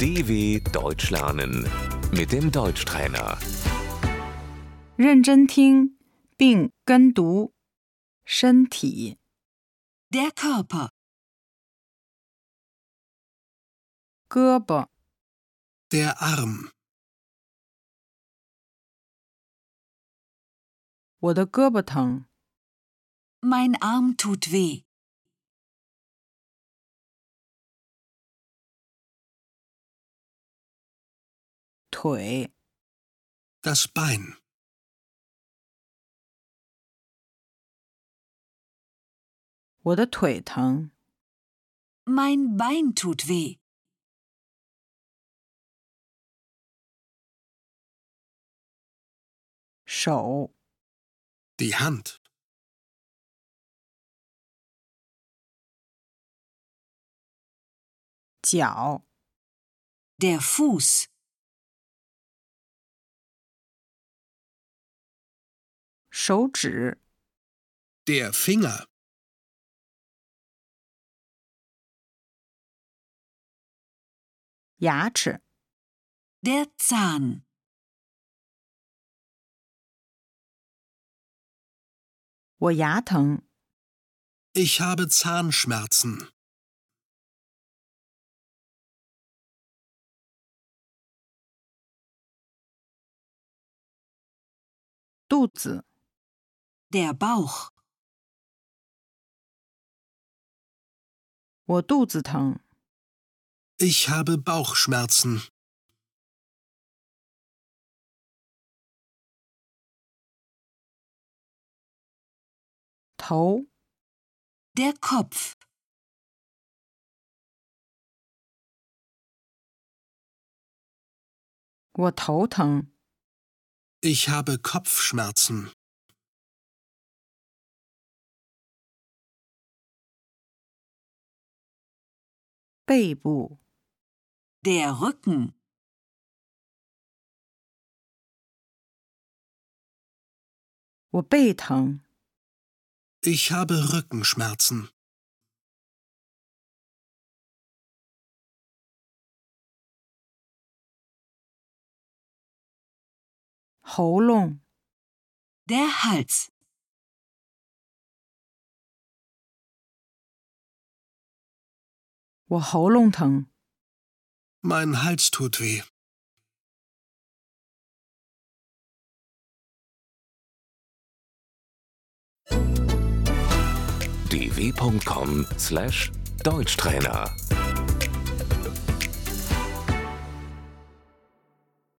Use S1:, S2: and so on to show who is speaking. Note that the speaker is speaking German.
S1: DW Deutsch lernen mit dem Deutschtrainer.
S2: 认真听并跟读。身体，
S3: Der Körper,
S2: 胳膊，
S4: Der Arm,
S2: 我的胳膊疼。
S3: mein Arm tut weh,
S2: 腿，
S4: das Bein,
S2: 我的腿疼。
S3: mein Bein tut weh,
S2: 手，
S4: die Hand,
S2: 脚，
S3: der Fuß,
S2: 手指，
S4: der Finger,
S2: 牙齿，
S3: der Zahn,
S2: 我牙疼。
S4: ich habe Zahnschmerzen.
S2: 肚子，
S3: der Bauch,
S2: 我肚子疼。
S4: Ich habe Bauchschmerzen.
S2: 头，
S3: der Kopf,
S2: 我头疼。
S4: Ich habe Kopfschmerzen.
S2: 背部，
S3: der Rücken,
S2: 我背疼。
S4: Ich habe Rückenschmerzen.
S2: 喉咙，
S3: der Hals,
S2: 我喉咙疼。
S4: Mein Hals tut weh.
S1: dw.com/deutschtrainer